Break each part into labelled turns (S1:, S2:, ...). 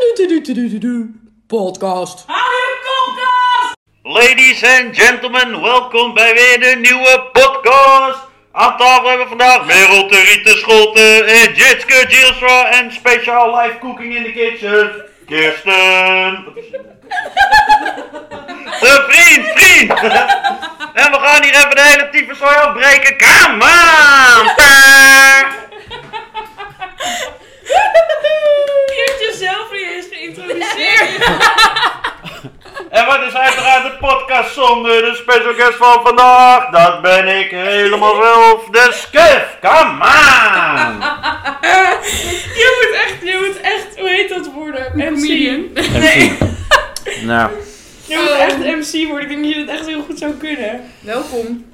S1: Du-du-du-du-du-du-du. Podcast.
S2: Ladies and gentlemen, welkom bij weer een nieuwe podcast. Aan tafel hebben we vandaag Merel, Territe, Scholten, eh, Jitske, Gilstra en speciaal live cooking in the kitchen, Kirsten. Wat is het? Eh, vriend, vriend. en we gaan hier even de hele tyfuszooi afbreken. Come on!
S3: Je hebt jezelf niet eens geïntroduceerd.
S2: En wat is uiteraard de podcast zonder de special guest van vandaag? Dat ben ik helemaal zelf, de Skef. Come on!
S3: Je moet echt, je moet echt, hoe heet dat worden? MC.
S4: comedian.
S3: Nee,
S2: Nou,
S3: je moet echt MC worden. Ik denk dat je dat echt heel goed zou kunnen.
S4: Welkom.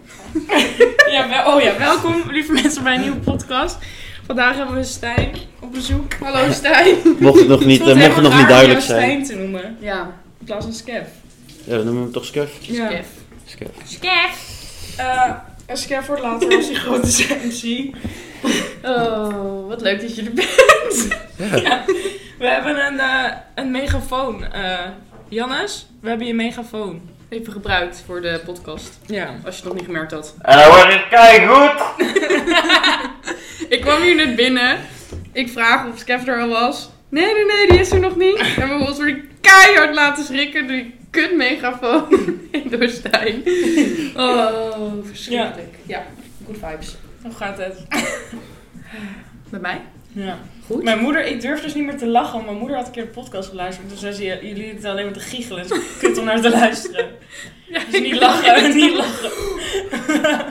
S3: Ja, wel, oh ja, welkom lieve mensen bij een nieuwe podcast. Vandaag hebben we Stijn op bezoek.
S4: Hallo Stijn.
S5: Mocht het nog niet, eh, mocht het nog niet duidelijk
S3: zijn.
S5: zijn.
S3: Stijn te noemen.
S4: Ja.
S3: In plaats van Skev.
S5: Ja, dan noemen we hem toch Scuf?
S3: Ja.
S4: Skef.
S5: Scuf.
S3: Skev. Eh en Skev wordt later als hij groot is MC.
S4: Oh, wat leuk dat je er bent.
S3: We hebben een, eh, een megafoon. eh Jannes, we hebben je megafoon.
S4: Even gebruikt voor de podcast,
S3: Ja.
S4: als je het nog niet gemerkt had.
S2: En dan wordt het kijk goed.
S4: Ik kwam hier net binnen. Ik vraag of Skef er al was. Nee, nee, nee, die is er nog niet. En we ons weer keihard laten schrikken door die kut megafoon door Stijn. Oh, verschrikkelijk. Ja. good vibes.
S3: Hoe gaat het?
S4: Bij mij?
S3: Ja.
S4: Goed.
S3: Mijn moeder, ik durf dus niet meer te lachen, want mijn moeder had een keer de podcast geluisterd. Toen zei ze, "Ja, jullie zitten alleen maar te giechelen, dus kut om naar te luisteren.
S4: Ja,
S3: Dus niet lachen, niet lachen.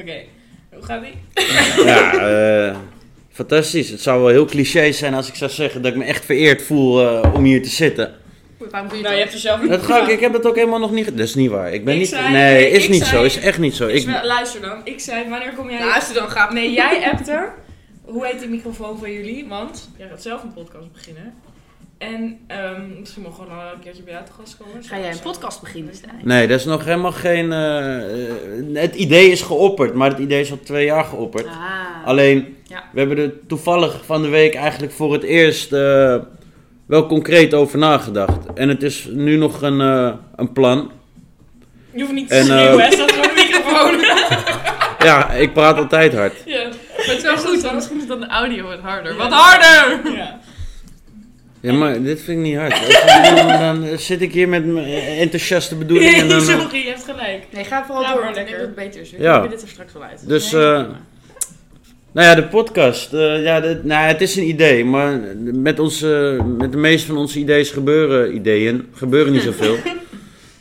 S3: Oké, hoe gaat die?
S5: Ja, eh, fantastisch. Het zou wel heel cliché zijn als ik zou zeggen dat ik me echt vereerd voel eh, om hier te zitten.
S4: Waarom doe je
S3: Nou, je
S4: dat?
S3: hebt er zelf
S5: Dat ga ik, ik heb het ook helemaal nog niet... ge- Dat is niet waar. Ik ben
S3: Ik
S5: niet...
S3: zei-
S5: nee, is
S3: ik
S5: niet
S3: zei-
S5: zo. Is echt niet zo.
S3: Dus
S5: Ik,
S3: wel, luister dan, ik zei, wanneer kom jij...
S4: Nou, als je dan gaat...
S3: nee, jij appt er. Hoe heet die microfoon van jullie? Want jij gaat zelf een podcast beginnen. En ehm, misschien mogen we nog een keertje bij jou te gast komen.
S4: Ga jij een podcast beginnen, Stijn?
S5: nee, dat is nog helemaal geen... eh, eh, het idee is geopperd, maar het idee is al twee jaar geopperd.
S4: Ah.
S5: Alleen,
S4: Ja.
S5: we hebben er toevallig van de week eigenlijk voor het eerst eh, wel concreet over nagedacht. En het is nu nog een, eh, een plan.
S3: Je hoeft niet te
S5: En,
S3: schreeuwen,
S5: eh,
S3: hè, staat gewoon een microfoon.
S5: Ja, ik praat altijd hard.
S3: ja.
S4: Maar het is wel
S3: Is
S4: goed,
S3: dat
S4: want
S3: zo?
S4: misschien is dan de audio wat harder.
S3: Ja.
S4: Wat harder!
S3: ja.
S5: Ja, maar dit vind ik niet hard. Als- Dan, dan zit ik hier met mijn enthousiaste bedoelingen. En
S3: Nee,
S5: dan, eh,
S3: sorry, je hebt gelijk.
S4: Nee, ga vooral
S3: Laat
S4: door,
S3: maar
S4: want ik denk
S3: lekker.
S4: dat het beter is. We
S5: Ja.
S4: knippen dit er straks wel uit.
S5: Dus,
S4: Nee,
S5: eh,
S4: prima.
S5: nou ja, de podcast. eh, ja, dit- nou, het is een idee, maar met, onze, met de meeste van onze idee's gebeuren ideeën gebeuren niet zoveel.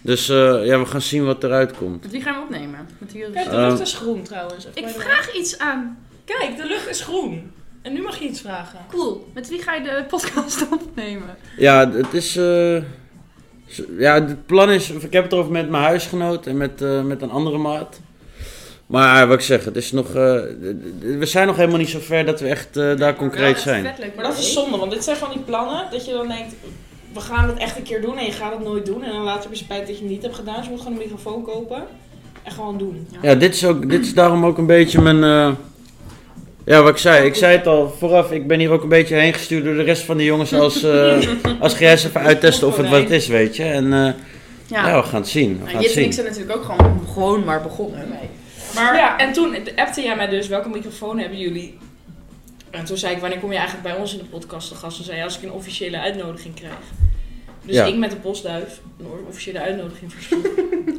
S5: Dus eh, ja, we gaan zien wat eruit komt.
S4: Met wie dus- gaan we opnemen? Met Joris.
S3: Kijk, de
S5: Eh,
S3: lucht is groen trouwens. Even
S4: ik
S3: bij de-
S4: vraag iets aan.
S3: Kijk, de lucht is groen. En nu mag je iets vragen.
S4: Cool. Met wie ga je de podcast opnemen?
S5: Ja, het is. eh, z- ja, het plan is. Ik heb het erover met mijn huisgenoot en met, eh, met een andere maat. Maar wat ik zeg, het is nog. eh, d- d- we zijn nog helemaal niet zo ver dat we echt eh, daar concreet zijn.
S3: Maar dat is zonde, want dit zijn van die plannen dat je dan denkt... We gaan het echt een keer doen en je gaat het nooit doen. En dan later heb je spijt dat je het niet hebt gedaan. Dus je moet gewoon een microfoon kopen. En gewoon doen.
S5: Ja, dit is, ook, dit is daarom ook een beetje mijn. eh, ja, wat ik zei. Ik zei het al vooraf. Ik ben hier ook een beetje heen gestuurd door de rest van de jongens. Als, eh als ga jij eens even uittesten of het wat het is, weet je. En eh, ja.
S4: Ja. ja.
S5: we gaan het zien. We gaan het
S4: Jit en
S5: zien.
S4: ik zijn natuurlijk ook gewoon, gewoon maar begonnen mee.
S3: Maar ja, en toen appte jij mij dus, welke microfoon hebben jullie? En toen zei ik, wanneer kom je eigenlijk bij ons in de podcast te gast? Toen zei hij, als ik een officiële uitnodiging krijg. Dus
S5: Ja.
S3: ik met de postduif een officiële uitnodiging verzoek.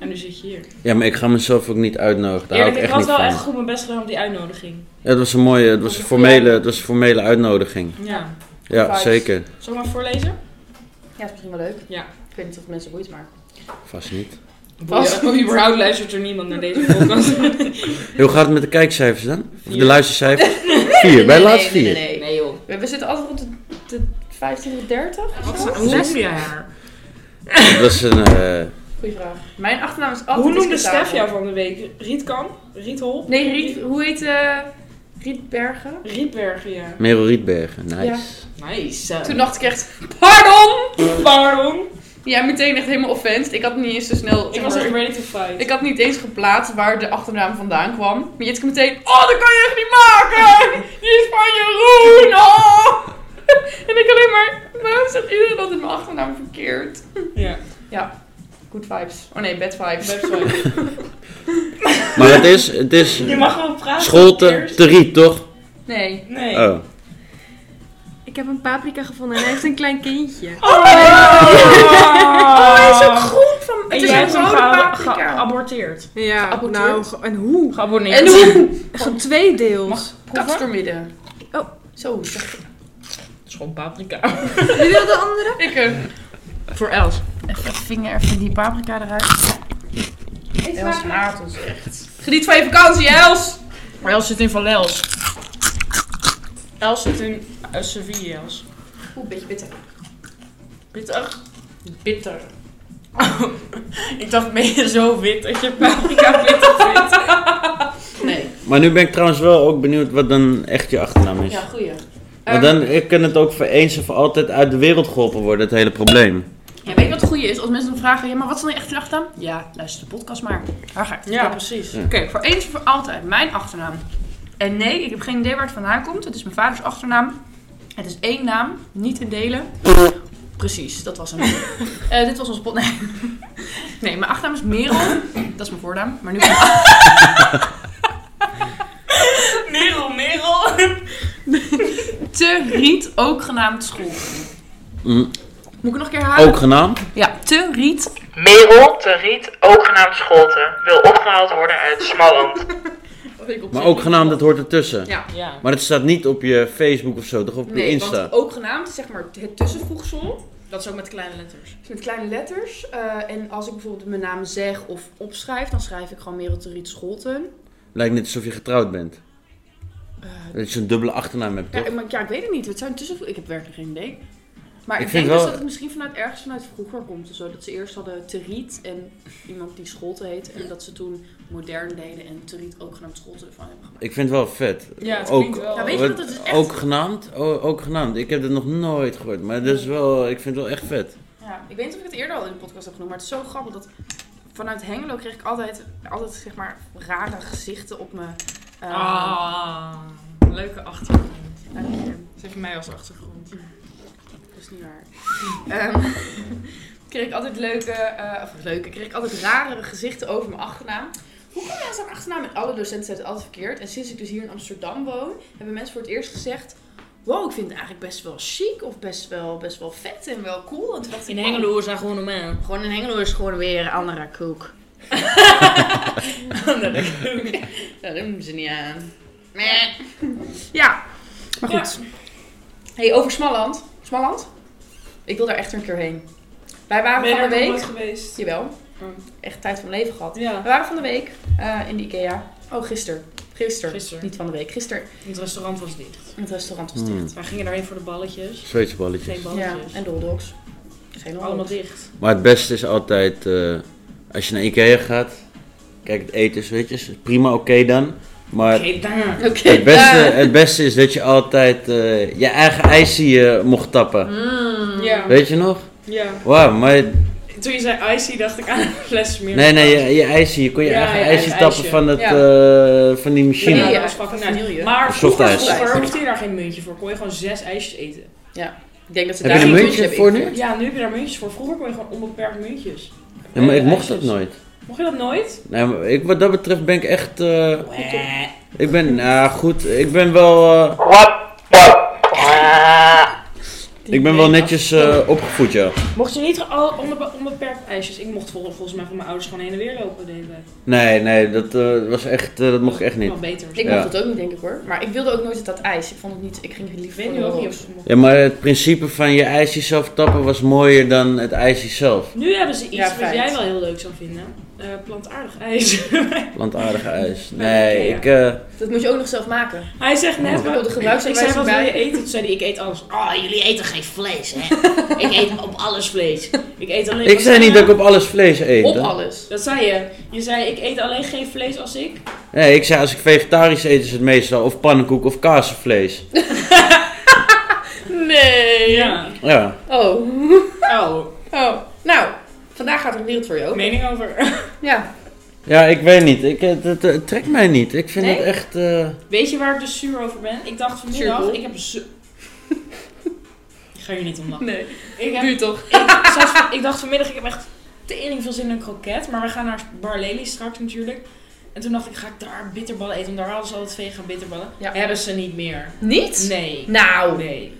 S3: en nu zit je hier.
S5: Ja, maar ik ga mezelf ook niet uitnodigen. Daar hou
S3: Eerlijk,
S5: ik
S3: ik
S5: echt
S3: had
S5: niet
S3: wel
S5: van.
S3: echt goed mijn best gedaan op die uitnodiging.
S5: Ja, het was een mooie, het was een formele, het was een formele uitnodiging.
S3: Ja.
S5: Ja,
S4: Vibes.
S5: zeker.
S3: Zal ik maar voorlezen?
S4: Ja, dat is misschien wel leuk.
S3: Ja.
S4: Ik weet niet of het mensen boeit, maar...
S5: Vast niet.
S4: Pas.
S3: Boeien. Überhaupt luistert er niemand naar deze podcast.
S5: Hoe gaat het met de kijkcijfers dan? Of de
S3: Vier.
S5: luistercijfers? Vier, bij
S4: nee,
S5: laatst
S4: nee,
S5: vier.
S4: Nee, nee.
S3: Nee joh.
S4: We, we zitten altijd rond de, de 15 tot 30 of zo.
S3: Hoe noemde jij haar?
S5: Dat is een, eh,
S4: Goeie vraag. Mijn achternaam is altijd
S3: Hoe noemde
S4: discutabel.
S3: Stef jou van de week? Rietkamp? Riethol?
S4: Nee, Riet, hoe heet eh Rietbergen?
S3: Rietbergen, ja.
S5: Merel Rietbergen, nice.
S3: Nice.
S4: Toen dacht ik echt, pardon!
S3: Waarom?
S4: Ja, meteen echt helemaal offensed. Ik had niet eens zo snel...
S3: Ik was echt
S4: zeg maar,
S3: ready to fight.
S4: ik had niet eens geplaatst waar de achternaam vandaan kwam. Maar Jitske meteen, oh, dat kan je echt niet maken! Die is van Jeroen! Oh! En ik alleen maar, "Wa?" vibes. Oh nee, bad vibes.
S5: Maar het is, het is
S3: Je mag gewoon praten.
S5: Scholte,
S3: Piers.
S5: te riet, toch?
S4: Nee.
S3: Nee.
S5: Oh.
S1: Ik heb een paprika gevonden en hij heeft een klein kindje.
S3: Oh, hij
S4: Oh, is ook groen
S3: van...
S4: Het
S3: Het
S4: is
S3: is
S4: een
S3: hebt hem
S4: rode
S3: gea-
S4: paprika.
S3: ge- geaborteerd.
S1: Ja,
S4: Geaborteerd?
S1: nou, ge- en hoe?
S3: Geabonneerd.
S4: En hoe?
S1: Getweedeeld.
S3: Mag-
S4: Kat doormidden.
S1: Oh.
S4: Zo. zeg-
S3: Het is gewoon paprika.
S1: Wil je wel de andere?
S4: Ik hem.
S3: Voor Els.
S4: Even vinger, even die paprika eruit. Els haat ons echt. Geniet van je vakantie, Els!
S3: Maar Els zit in Van Els. Els zit in uh, Sevilla, Els.
S4: Oeh, beetje bitter.
S3: Bitter? Bitter. ik dacht, ben je zo wit dat je paprika bitter vindt?
S4: Nee.
S5: Maar nu ben ik trouwens wel ook benieuwd wat dan echt je achternaam is.
S4: Ja, ehm. goeie.
S5: Want dan eh, kan het ook voor eens en voor altijd uit de wereld geholpen worden, het hele probleem.
S4: Ja, weet je wat het goede is? Als mensen dan vragen, ja, maar wat is dan je echte achternaam? Ja, luister de podcast maar. Daar ga ik. het
S3: Ja,
S4: verklappen.
S3: precies.
S4: Oké, voor eens en voor altijd. Mijn achternaam. En nee, ik heb geen idee waar het vandaan komt. Het is mijn vaders achternaam. Het is één naam, niet te delen. Precies, dat was hem. Eh, dit was ons pot. Nee. nee, mijn achternaam is Merel. Dat is mijn voornaam. Maar nu.
S3: Merel, Merel.
S4: Te Riet, ook genaamd school.
S5: Mm,
S4: Moet ik het nog een keer halen?
S5: ook genaamd?
S4: Ja, Te Riet.
S6: Merel, te Riet, ook genaamd Scholten, wil opgehaald worden uit Smalland.
S5: Maar ook genaamd, dat hoort ertussen.
S4: Ja.
S3: Ja.
S5: Maar het staat niet op je Facebook of zo, toch? Op je
S4: Nee,
S5: Insta.
S4: want ook genaamd, zeg maar, het tussenvoegsel.
S3: Dat is ook met kleine letters.
S4: Dus met kleine letters. eh, en als ik bijvoorbeeld mijn naam zeg of opschrijf, dan schrijf ik gewoon Merel Teriet Scholten.
S5: Lijkt net alsof je getrouwd bent.
S4: Eh,
S5: Dat je een dubbele achternaam hebt,
S4: ja,
S5: toch?
S4: ik- maar, ja, ik weet het niet. Het zijn tussen... Ik heb werkelijk geen idee. Maar
S5: Ik
S4: ik,
S5: vind
S4: denk dus
S5: wel-
S4: dat het misschien vanuit ergens vanuit vroeger komt. Zo, dat ze eerst hadden Teriet en iemand die Scholten heet. En dat ze toen modern deden en Teriet ook genaamd Scholten ervan hebben gemaakt.
S5: Ik vind het wel vet.
S3: Ja, het
S5: ook,
S3: klinkt wel.
S4: Ja, weet je
S5: wat-
S4: dat het is echt-
S5: Ook genaamd? O- ook genaamd. Ik heb dat nog nooit gehoord, maar dat is wel, ik vind het wel echt vet.
S4: Ja, ik weet niet of ik het eerder al in de podcast heb genoemd, maar het is zo grappig dat vanuit Hengelo kreeg ik altijd, altijd zeg maar, rare gezichten op mijn... eh,
S3: Ah, leuke achtergrond.
S4: eh,
S3: Dat heeft mij als achtergrond.
S4: Dat is niet waar. Ehm, kreeg ik altijd leuke, eh, of leuke, kreeg ik altijd rare gezichten over mijn achternaam. Hoe kom je aan zo'n achternaam? En alle docenten zeiden het altijd verkeerd. En sinds ik dus hier in Amsterdam woon, hebben mensen voor het eerst gezegd... Wow, ik vind het eigenlijk best wel chic of best wel, best wel vet en wel cool. En toen dacht ik,
S3: In Hengelo is dat gewoon normaal.
S4: oh, gewoon in Hengelo is gewoon weer een andere koek. Daar doen ze niet aan. Meh. Ja, maar goed. hey, over Smalland. Smalland? Ik wil daar echt een keer heen. Wij waren
S3: Ben je
S4: van de
S3: er nog
S4: week...
S3: nooit Oh. geweest?
S4: Jawel. Echt tijd van mijn leven gehad.
S3: Ja.
S4: We waren van de week eh, in de Ikea. Oh, gisteren. Gisteren.
S3: Gisteren.
S4: Niet van de week. Gisteren.
S3: Het restaurant was dicht.
S4: Het restaurant was
S5: Hmm.
S4: dicht.
S3: Wij gingen daarheen voor de balletjes.
S5: Zweedse balletjes.
S3: Geen
S4: Ja,
S3: balletjes.
S4: en doldogs. Geen
S3: Allemaal dicht.
S5: Maar het beste is altijd, eh, als je naar Ikea gaat, kijk het eten is, weet je, is prima, oké dan. Maar
S3: Oké, daar.
S4: Oké.
S5: het, beste,
S4: daar.
S5: het beste is dat je altijd eh, je eigen ijsje eh, mocht tappen.
S3: Ja.
S5: Weet je nog?
S3: ja.
S5: Wauw, maar
S3: Toen je zei icy, dacht ik aan een fles smeer.
S5: nee, nee, je, je ijsje, je kon je
S3: Ja,
S5: eigen
S3: je
S5: ijsje
S3: eigen
S5: tappen
S3: ijsje.
S5: van, het,
S4: Ja.
S5: eh, van die machine.
S3: Ja,
S4: Ja,
S3: dat was fucking
S4: vanille.
S3: nice. Maar
S5: Soft
S3: vroeger,
S5: ijs.
S3: vroeger hoefde je daar geen muntje voor. Kon je gewoon zes ijsjes eten.
S4: Ik denk dat ze
S5: Heb je
S4: daar
S5: een
S4: geen
S5: muntje
S4: hebben
S5: voor nu?
S4: ingevoerd.
S3: Ja, nu heb je daar muntjes voor. Vroeger kon je gewoon onbeperkt muntjes.
S5: Ja, maar ik
S3: Eh,
S5: mocht dat
S3: ijsjes.
S5: nooit.
S3: Mocht je dat nooit?
S5: Nee, maar ik, wat dat betreft ben ik echt... eh, ik ben, nou goed, ik ben wel, eh, ik ben wel netjes eh, opgevoed, ja.
S3: Mocht je niet al onbe- onbeperkt ijsjes? Ik mocht vol- volgens mij van mijn ouders gewoon heen en weer lopen de hele tijd.
S5: Nee, nee, dat eh, was echt, eh, dat mocht ik echt niet.
S3: Nog beter.
S4: Dus Ik
S5: Ja.
S4: mocht het ook niet, denk ik hoor. Maar ik wilde ook nooit dat, dat ijs. Ik vond het niet... Ik ging het
S3: Ik
S4: liever
S3: weet nu
S4: voor de
S3: ook niet of
S4: rolls.
S3: ze mochten.
S5: Ja, maar het principe van je ijsje zelf tappen was mooier dan het ijsje zelf.
S3: Nu hebben ze iets
S4: Ja,
S3: wat
S4: feit.
S3: jij wel heel leuk zou vinden. Eh, plantaardig ijs.
S5: Plantaardige ijs. Nee,
S3: Ja.
S5: ik... eh,
S4: Dat moet je ook nog zelf maken.
S3: Hij zegt net,
S4: Ik wil de gebruiksaanwijzing
S3: Oh. ik zei wat wil je
S4: bij.
S3: eten? Toen zei hij, ik eet alles. Oh, jullie eten geen vlees, hè? ik eet op alles vlees. Ik eet alleen...
S5: ik
S3: wat
S5: zei niet dat
S3: je?
S5: ik op alles vlees eet.
S4: Op
S5: hè.
S4: alles.
S3: Dat zei je. Je zei, ik eet alleen geen vlees als ik.
S5: Nee, ik zei als ik vegetarisch eet is het meestal of pannenkoek of kaasvlees.
S4: Nee.
S3: Ja.
S5: Ja.
S4: Oh.
S3: Oh,
S4: Oh. Nou. Vandaag gaat er een wereld voor je open.
S3: mening over.
S4: Ja.
S5: Ja, ik weet niet. Ik, eh, het, het- het trekt mij niet. Ik vind
S4: Nee?
S5: het echt... eh,
S3: Weet je waar ik dus zuur over ben? Ik dacht vanmiddag,
S4: Zuurbol.
S3: ik heb een zu- Ik ga hier niet om lachen.
S4: Nee.
S3: Ik, heb,
S4: Nu toch.
S3: ik, zelfs- ik dacht vanmiddag, ik heb echt tering veel zin in een kroket. Maar we gaan naar Bar Lely straks natuurlijk. En toen dacht ik, ga ik daar bitterballen eten? Want daar hadden ze altijd vegan bitterballen.
S4: Ja.
S3: Hebben ze niet meer.
S4: Niet?
S3: Nee.
S4: Nou,
S3: Nee.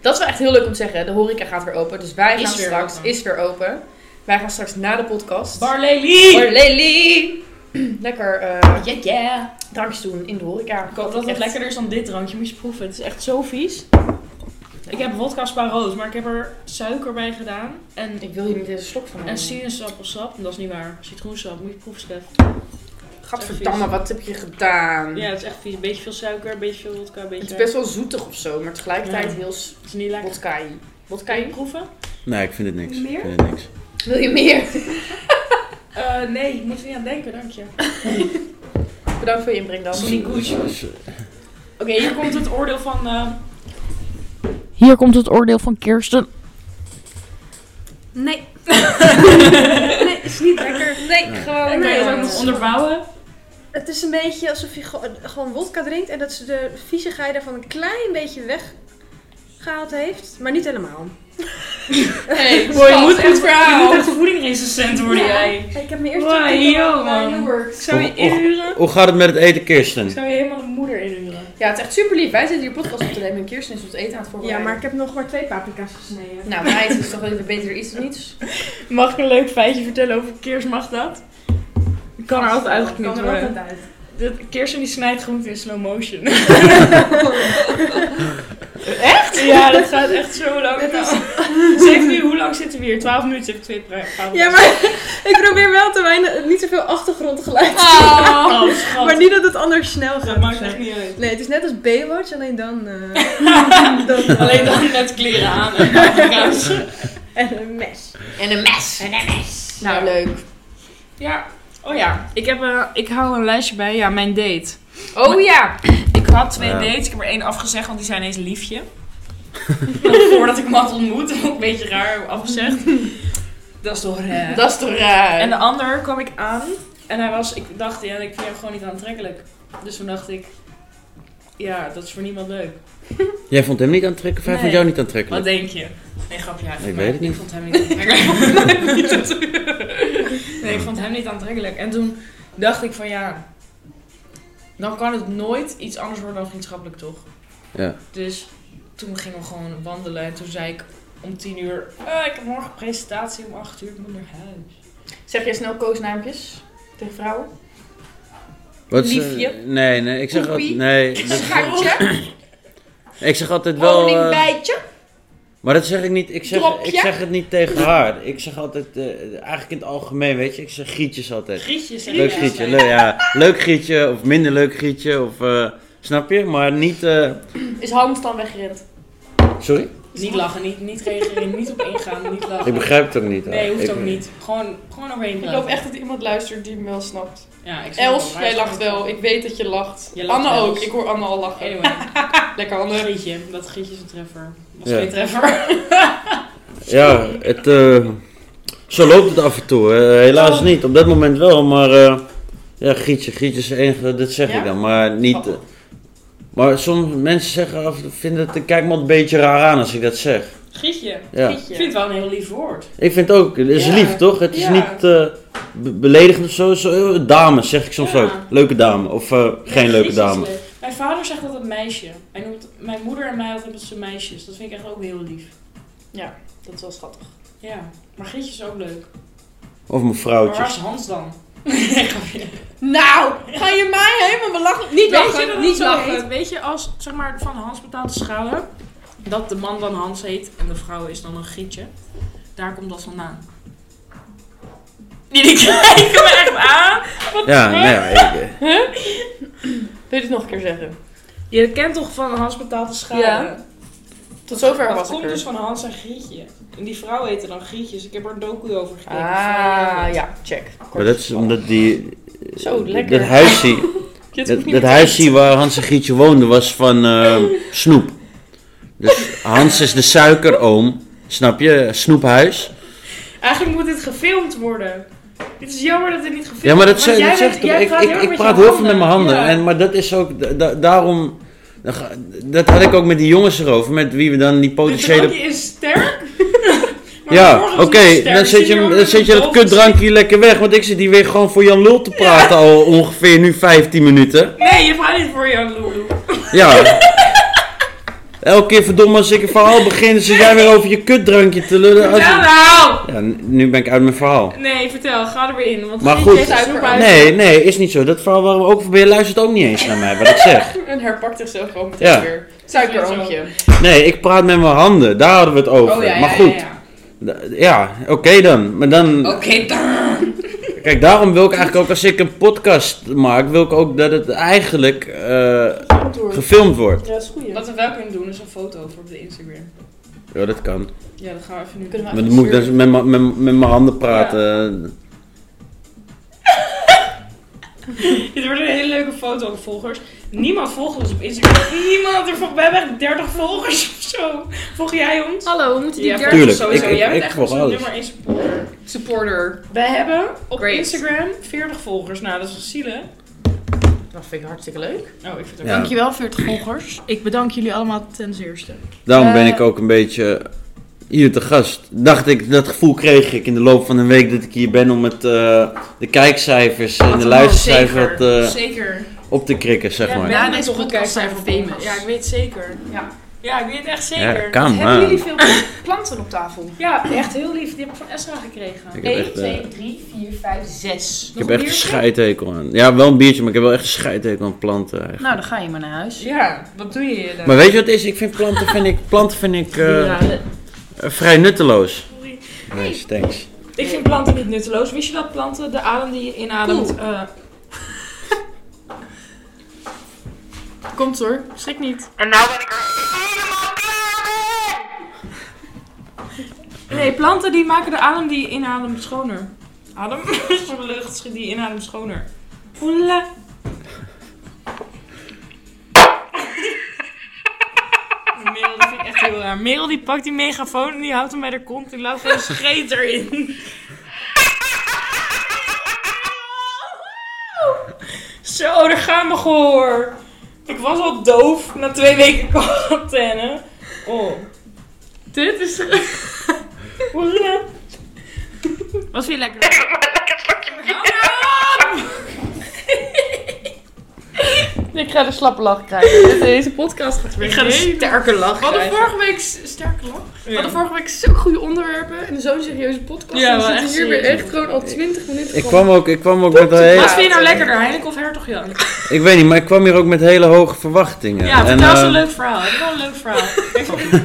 S4: dat is wel echt heel leuk om te zeggen. De horeca gaat weer open. Dus wij
S3: Is
S4: gaan
S3: weer
S4: straks...
S3: open.
S4: Is weer open. Wij gaan straks na de podcast...
S3: Bar Lely!
S4: Voor Lely! Lekker eh
S3: Yeah, yeah.
S4: drankjes doen in de horeca.
S3: Ik hoop dat het
S4: Echt.
S3: lekkerder is dan dit drankje. Moet je proeven. Het is echt zo vies. Ik heb wodka spa rood, maar ik heb er suiker bij gedaan. En,
S4: Ik wil hier niet eens een slok van
S3: en sinaasappelsap. En dat is niet waar. Citroensap. Moet je proeven, Stef.
S4: Gadverdamme, wat heb je gedaan?
S3: Ja, het is echt vies. Een beetje veel suiker, een beetje veel wodka, een beetje...
S4: Het is best wel zoetig of zo, maar tegelijkertijd
S3: Ja.
S4: heel
S3: Het is niet lekker.
S4: vodka
S3: Wodka je proeven?
S5: Nee, ik vind het niks.
S7: Meer?
S5: Ik vind het niks.
S3: Hm?
S4: Wil je meer?
S3: Eh, nee, ik moet er niet aan denken, dank je.
S4: Bedankt voor je inbreng dan.
S3: Sorry, Guusje.
S5: Dus, eh,
S3: Oké, hier komt het oordeel van... eh,
S8: Hier komt het oordeel van Kirsten.
S7: Nee. nee, is niet lekker.
S4: Nee, gewoon.
S3: kan
S4: eh,
S3: je het ook
S7: want-
S3: nog onderbouwen?
S7: Het is een beetje alsof je gewoon- gewoon wodka drinkt en dat ze de viezigheid ervan een klein beetje weggehaald heeft. Maar niet helemaal.
S4: Nee,
S3: Boy, je moet
S4: echt
S3: goed verhaal. Je moet echt voedingresistent worden, jij.
S7: Ik heb mijn eerste eh,
S3: Wow,
S7: keer
S3: yo,
S7: bij
S3: man.
S7: Newark.
S3: Ik zou je
S5: Och, och.
S3: inhuren.
S5: hoe gaat het met het eten, Kirsten?
S3: Ik zou je helemaal de moeder inhuren.
S4: Ja, het is echt super lief. Wij zitten hier podcast op te nemen en Kirsten is ons eten aan het
S7: Ja,
S4: voorbereiden.
S7: maar ik heb nog maar twee paprika's gesneden.
S4: Nou, meid, het is toch wel even beter iets dan dus niets.
S3: Mag ik een leuk feitje vertellen over Keers? Mag dat? Ik kan er altijd
S7: kan
S3: uitgeknipt
S7: er
S3: worden.
S7: altijd uit.
S3: De Kirsten die snijdt groente in slow motion. echt? Ja, dat gaat echt zo lang.
S7: Net als-
S3: Ze heeft nu, hoe lang zitten we hier? 12 minuten heb ik twee pra- pauze.
S7: Ja, maar ik probeer wel te weinig, niet zoveel achtergrondgeluid.
S3: Oh, schat.
S7: Maar niet dat het anders snel
S3: Dat
S7: gaat.
S3: maakt echt niet uit.
S7: Nee, het is net als Baywatch, alleen dan... eh, dan
S3: Alleen dan net kleren aan en Afrikaans.
S7: En een mes.
S4: En een mes. En een mes. Nou, leuk.
S3: Ja. Oh ja, ik, heb, eh, ik hou een lijstje bij. Ja, mijn date.
S4: Oh ja.
S3: Ik had twee
S5: Ja.
S3: dates. Ik heb er één afgezegd, want die zijn eens liefje. Nog Voordat ik hem had ontmoet. Ook een beetje raar afgezegd. Dat is toch raar.
S4: Dat is toch raar.
S3: En de ander kwam ik aan. En hij was, ik dacht, ja, ik vind hem gewoon niet aantrekkelijk. Dus toen dacht ik, ja, dat is voor niemand leuk.
S5: Jij vond hem niet aantrekkelijk of hij
S3: Nee.
S5: vond jou niet
S3: Wat
S5: aantrekkelijk?
S3: denk je? Nee, grapje. hij vond
S5: Ik
S3: mij-
S5: weet het niet.
S3: Ik vond hem niet aantrekkelijk. nee, ik vond hem niet aantrekkelijk. En toen dacht ik van, ja, dan kan het nooit iets anders worden dan vriendschappelijk, toch?
S5: Ja.
S3: Dus toen gingen we gewoon wandelen. En toen zei ik om tien uur, eh, ik heb morgen presentatie om acht uur, ik moet naar huis.
S4: Zeg jij snel koosnaampjes tegen vrouwen?
S5: Wat is, eh,
S4: Liefje.
S5: nee, nee, ik zeg altijd...
S4: Poepie.
S5: Nee, dat-
S4: Schaartje.
S5: ik zeg altijd wel... eh,
S4: Honingbijtje.
S5: maar dat zeg ik niet... Ik zeg,
S4: Dropje.
S5: ik zeg het niet tegen haar. Ik zeg altijd... eh, eigenlijk in het algemeen, weet je. Ik zeg gietjes altijd.
S3: Grietjes. hè?
S5: Leuk
S3: Ja.
S5: grietje, leuk, ja. Leuk grietje of minder leuk grietje of... eh, snap je? Maar niet... eh,
S4: Is Hans dan weggerend?
S5: sorry?
S3: Niet lachen, niet, niet reageren, niet op ingaan, niet lachen.
S5: Ik begrijp het ook niet. hoor.
S3: Nee, hoeft
S5: Ik-
S3: ook niet. Gewoon, gewoon overheen
S4: Ik
S3: blijven.
S4: hoop echt dat iemand luistert die hem wel snapt.
S3: Ja, ik snap
S4: Els,
S3: het, maar
S4: jij
S3: het
S4: lacht
S3: is-
S4: wel. Ik weet dat je lacht.
S3: Je lacht,
S4: Anne ook.
S3: Els.
S4: Ik hoor Anne al lachen.
S3: Anyway,
S4: Lekker Anne.
S3: grietje. Dat grietje is een treffer. Was
S5: Ja.
S3: geen treffer.
S5: Ja, het, eh, zo loopt het af en toe. hè. Eh, helaas
S3: Oh.
S5: niet, op dat moment wel, maar eh, ja, Grietje, Grietje is de enige, dat zeg
S4: Ja?
S5: ik dan, maar
S3: Oh.
S5: niet. eh, maar sommige mensen zeggen, of vinden het, kijk me een beetje raar aan als ik dat zeg.
S3: Grietje.
S5: eh, Ja.
S3: Ik vind het wel een heel lief woord.
S5: Ik vind het ook, het is
S3: Ja.
S5: lief toch? Het is
S3: Ja.
S5: niet eh, be- beledigend of zo. zo eh, dame zeg ik soms
S3: Ja.
S5: ook. Leuke dame of eh,
S3: Ja,
S5: geen leuke
S3: Grietje is
S5: dame.
S3: leuk. Mijn vader zegt altijd meisje. Hij noemt, mijn moeder en mij altijd dat ze meisjes. Dat vind ik echt ook heel lief.
S4: Ja, dat is wel schattig.
S3: Ja. Maar Grietje is ook leuk.
S5: Of
S3: Maar waar
S5: mevrouwtjes.
S3: is Hans dan? Nee, grapje.
S4: Nou, ga je mij helemaal belachen?
S3: Weet
S4: Niet lachen,
S3: je dat het
S4: niet
S3: zo
S4: lachen.
S3: heet? Weet je, als zeg maar van Hans betaalt de schouder, dat de man dan Hans heet en de vrouw is dan een gietje. Daar komt dat vandaan. Jullie kijken me echt aan.
S5: Ja, nee, ja, ik, eh,
S4: Wil je het nog een keer zeggen?
S3: Je kent toch van Hans betaalt de schouder?
S4: Ja. Tot zover
S3: Dat
S4: was
S3: komt
S4: ik er.
S3: dus van Hans en Grietje. En die vrouw heette dan Grietjes. Ik heb er een docu over gekeken.
S4: Ah, ja, check.
S5: maar dat is omdat die...
S4: Zo, lekker.
S5: Dat huisje,
S4: Dit hoeft
S5: Dat,
S4: niet
S5: dat
S4: meer.
S5: huisje waar Hans en Gietje woonden was van ehm, Snoep. Dus Hans is de suikeroom, snap je? Snoephuis.
S3: Eigenlijk moet dit gefilmd worden. Het is jammer dat dit niet gefilmd
S5: Ja, maar dat,
S3: wordt,
S5: zei,
S3: want
S5: dat
S3: jij
S5: zeg ik toch,
S3: bent- jij
S5: ik,
S3: praat
S5: ik,
S3: heel
S5: ik
S3: erg
S5: praat
S3: je
S5: heel veel met mijn handen.
S3: Ja.
S5: En, maar dat is ook, da- da- daarom, da- ga- dat had ik ook met die jongens erover, met wie we dan die
S3: Dit
S5: potentiële...
S3: drankje is sterk.
S5: Ja, oké, dan zet je, hem- dan zet je dat kutdrankje lekker weg, want ik zit hier weer gewoon voor Jan Lul te praten al ongeveer nu 15 minuten.
S3: Nee, je vraagt niet voor Jan Lulu.
S5: Oh, Ja. Elke keer verdomme als ik een verhaal begin, zit jij weer over je kutdrankje te lullen. Als
S3: Vertel
S5: je-
S3: nou!
S5: Ja, n- nu ben ik uit mijn verhaal.
S3: Nee, vertel, ga er weer in. Want
S5: Maar
S3: ik
S5: goed.
S3: weet uit hoe wij-
S5: Nee, nee, is niet zo. Dat verhaal waar we ook voorbij luistert ook niet eens naar mij, wat ik zeg.
S4: En herpakt zichzelf gewoon meteen
S5: Ja.
S4: weer. Suikeroompje.
S5: Nee, ik praat met mijn handen, daar hadden we het over.
S4: Oh ja, ja,
S5: maar goed,
S4: ja, ja.
S5: d- ja, oké dan. Maar dan,
S4: Oké, dan.
S5: Kijk, daarom wil ik eigenlijk ook als ik een podcast maak, wil ik ook dat het eigenlijk eh, gefilmd wordt.
S4: Ja, dat is goed.
S3: Wat we wel kunnen doen is een foto voor op de Instagram.
S5: Ja, dat kan.
S3: Ja, dat gaan we even nu doen.
S4: Kunnen we
S5: Maar dan moet ik dus met m'n- met met mijn handen praten.
S3: Dit wordt een hele leuke foto, volgers. Niemand volgt ons op Instagram. Niemand ervan. We hebben echt 30 volgers of zo. Volg jij ons?
S1: Hallo, we moeten die
S3: Ja,
S1: derde
S5: Tuurlijk,
S3: sowieso.
S5: ik- ik-
S3: jij bent
S5: ik
S3: echt
S5: volg
S3: onze
S5: alles.
S3: nummer 1 supporter.
S1: supporter.
S3: Wij hebben op
S1: Great.
S3: Instagram 40 volgers. Nou, dat is een zielig.
S4: Dat vind ik hartstikke leuk.
S3: Oh, ik vind het ook
S5: Ja,
S3: Dankjewel, 40 volgers. Ik bedank jullie allemaal ten zeerste.
S5: daarom ben
S4: Eh.
S5: ik ook een beetje hier te gast. Dacht ik, dat gevoel kreeg ik in de loop van een week dat ik hier ben om het, eh, de kijkcijfers en de luistercijfers wat, eh,
S3: Zeker.
S5: op te krikken, zeg maar.
S3: Ja,
S1: Ja,
S3: deze
S1: deze podcast zijn famous.
S3: Ja, ik weet het zeker.
S4: Ja.
S3: Ja, ik weet het echt zeker.
S5: Ja, kan
S4: Hebben jullie
S5: man.
S4: veel planten op tafel?
S3: Ja, echt heel lief. Die heb ik van Esra gekregen.
S5: Ik heb
S4: 1,
S5: echt, eh,
S4: 2, 3, 4, 5, 6.
S5: ik heb echt een scheidhekel aan. Ja, wel een biertje, maar ik heb wel echt een scheidhekel aan planten eigenlijk.
S4: Nou, dan ga je maar naar huis.
S3: Ja, wat doe je hier dan?
S5: Maar weet je wat het is? Ik vind planten vind ik, planten vind ik eh, vrij nutteloos. Nice, thanks.
S3: Ik vind planten niet nutteloos. Wist je dat planten de adem die je inademt... eh,
S1: Komt hoor, schrik niet.
S9: En nou ben ik er helemaal klaar mee!
S3: nee, planten die maken de adem die je inademt schoner. Adem is de lucht die je inademt schoner. Oela. Merel, dat vind ik echt heel raar. Merel die pakt die megafoon en die houdt hem bij haar kont. Die laat gewoon scheet erin. Zo, daar gaan we gehoor. Ik was al doof na twee weken quarantaine. Oh.
S1: Dit is.
S3: Oela.
S1: Was weer lekker.
S3: Oh,
S4: Ik ga de slappe lach krijgen. Deze podcast gaat
S3: Ik ga de sterke lach
S1: We hadden
S3: krijgen.
S1: vorige week s- sterke lach. We
S3: Ja.
S1: hadden vorige week zulke goede onderwerpen en zo'n serieuze podcast.
S3: Ja,
S1: Ja, we
S3: wel
S1: zitten
S3: echt
S1: hier weer
S3: serieus.
S1: echt gewoon al 20 minuten.
S5: Ik
S1: gewoon-
S5: kwam ook, ik kwam ook met hele,
S3: Wat vind je nou lekkerder, Heineken of Hertog Jan?
S5: ik weet niet, maar ik kwam hier ook met hele hoge verwachtingen.
S3: Ja,
S5: en,
S3: vertel eens een
S5: eh,
S3: leuk verhaal. Heb je wel een leuk verhaal?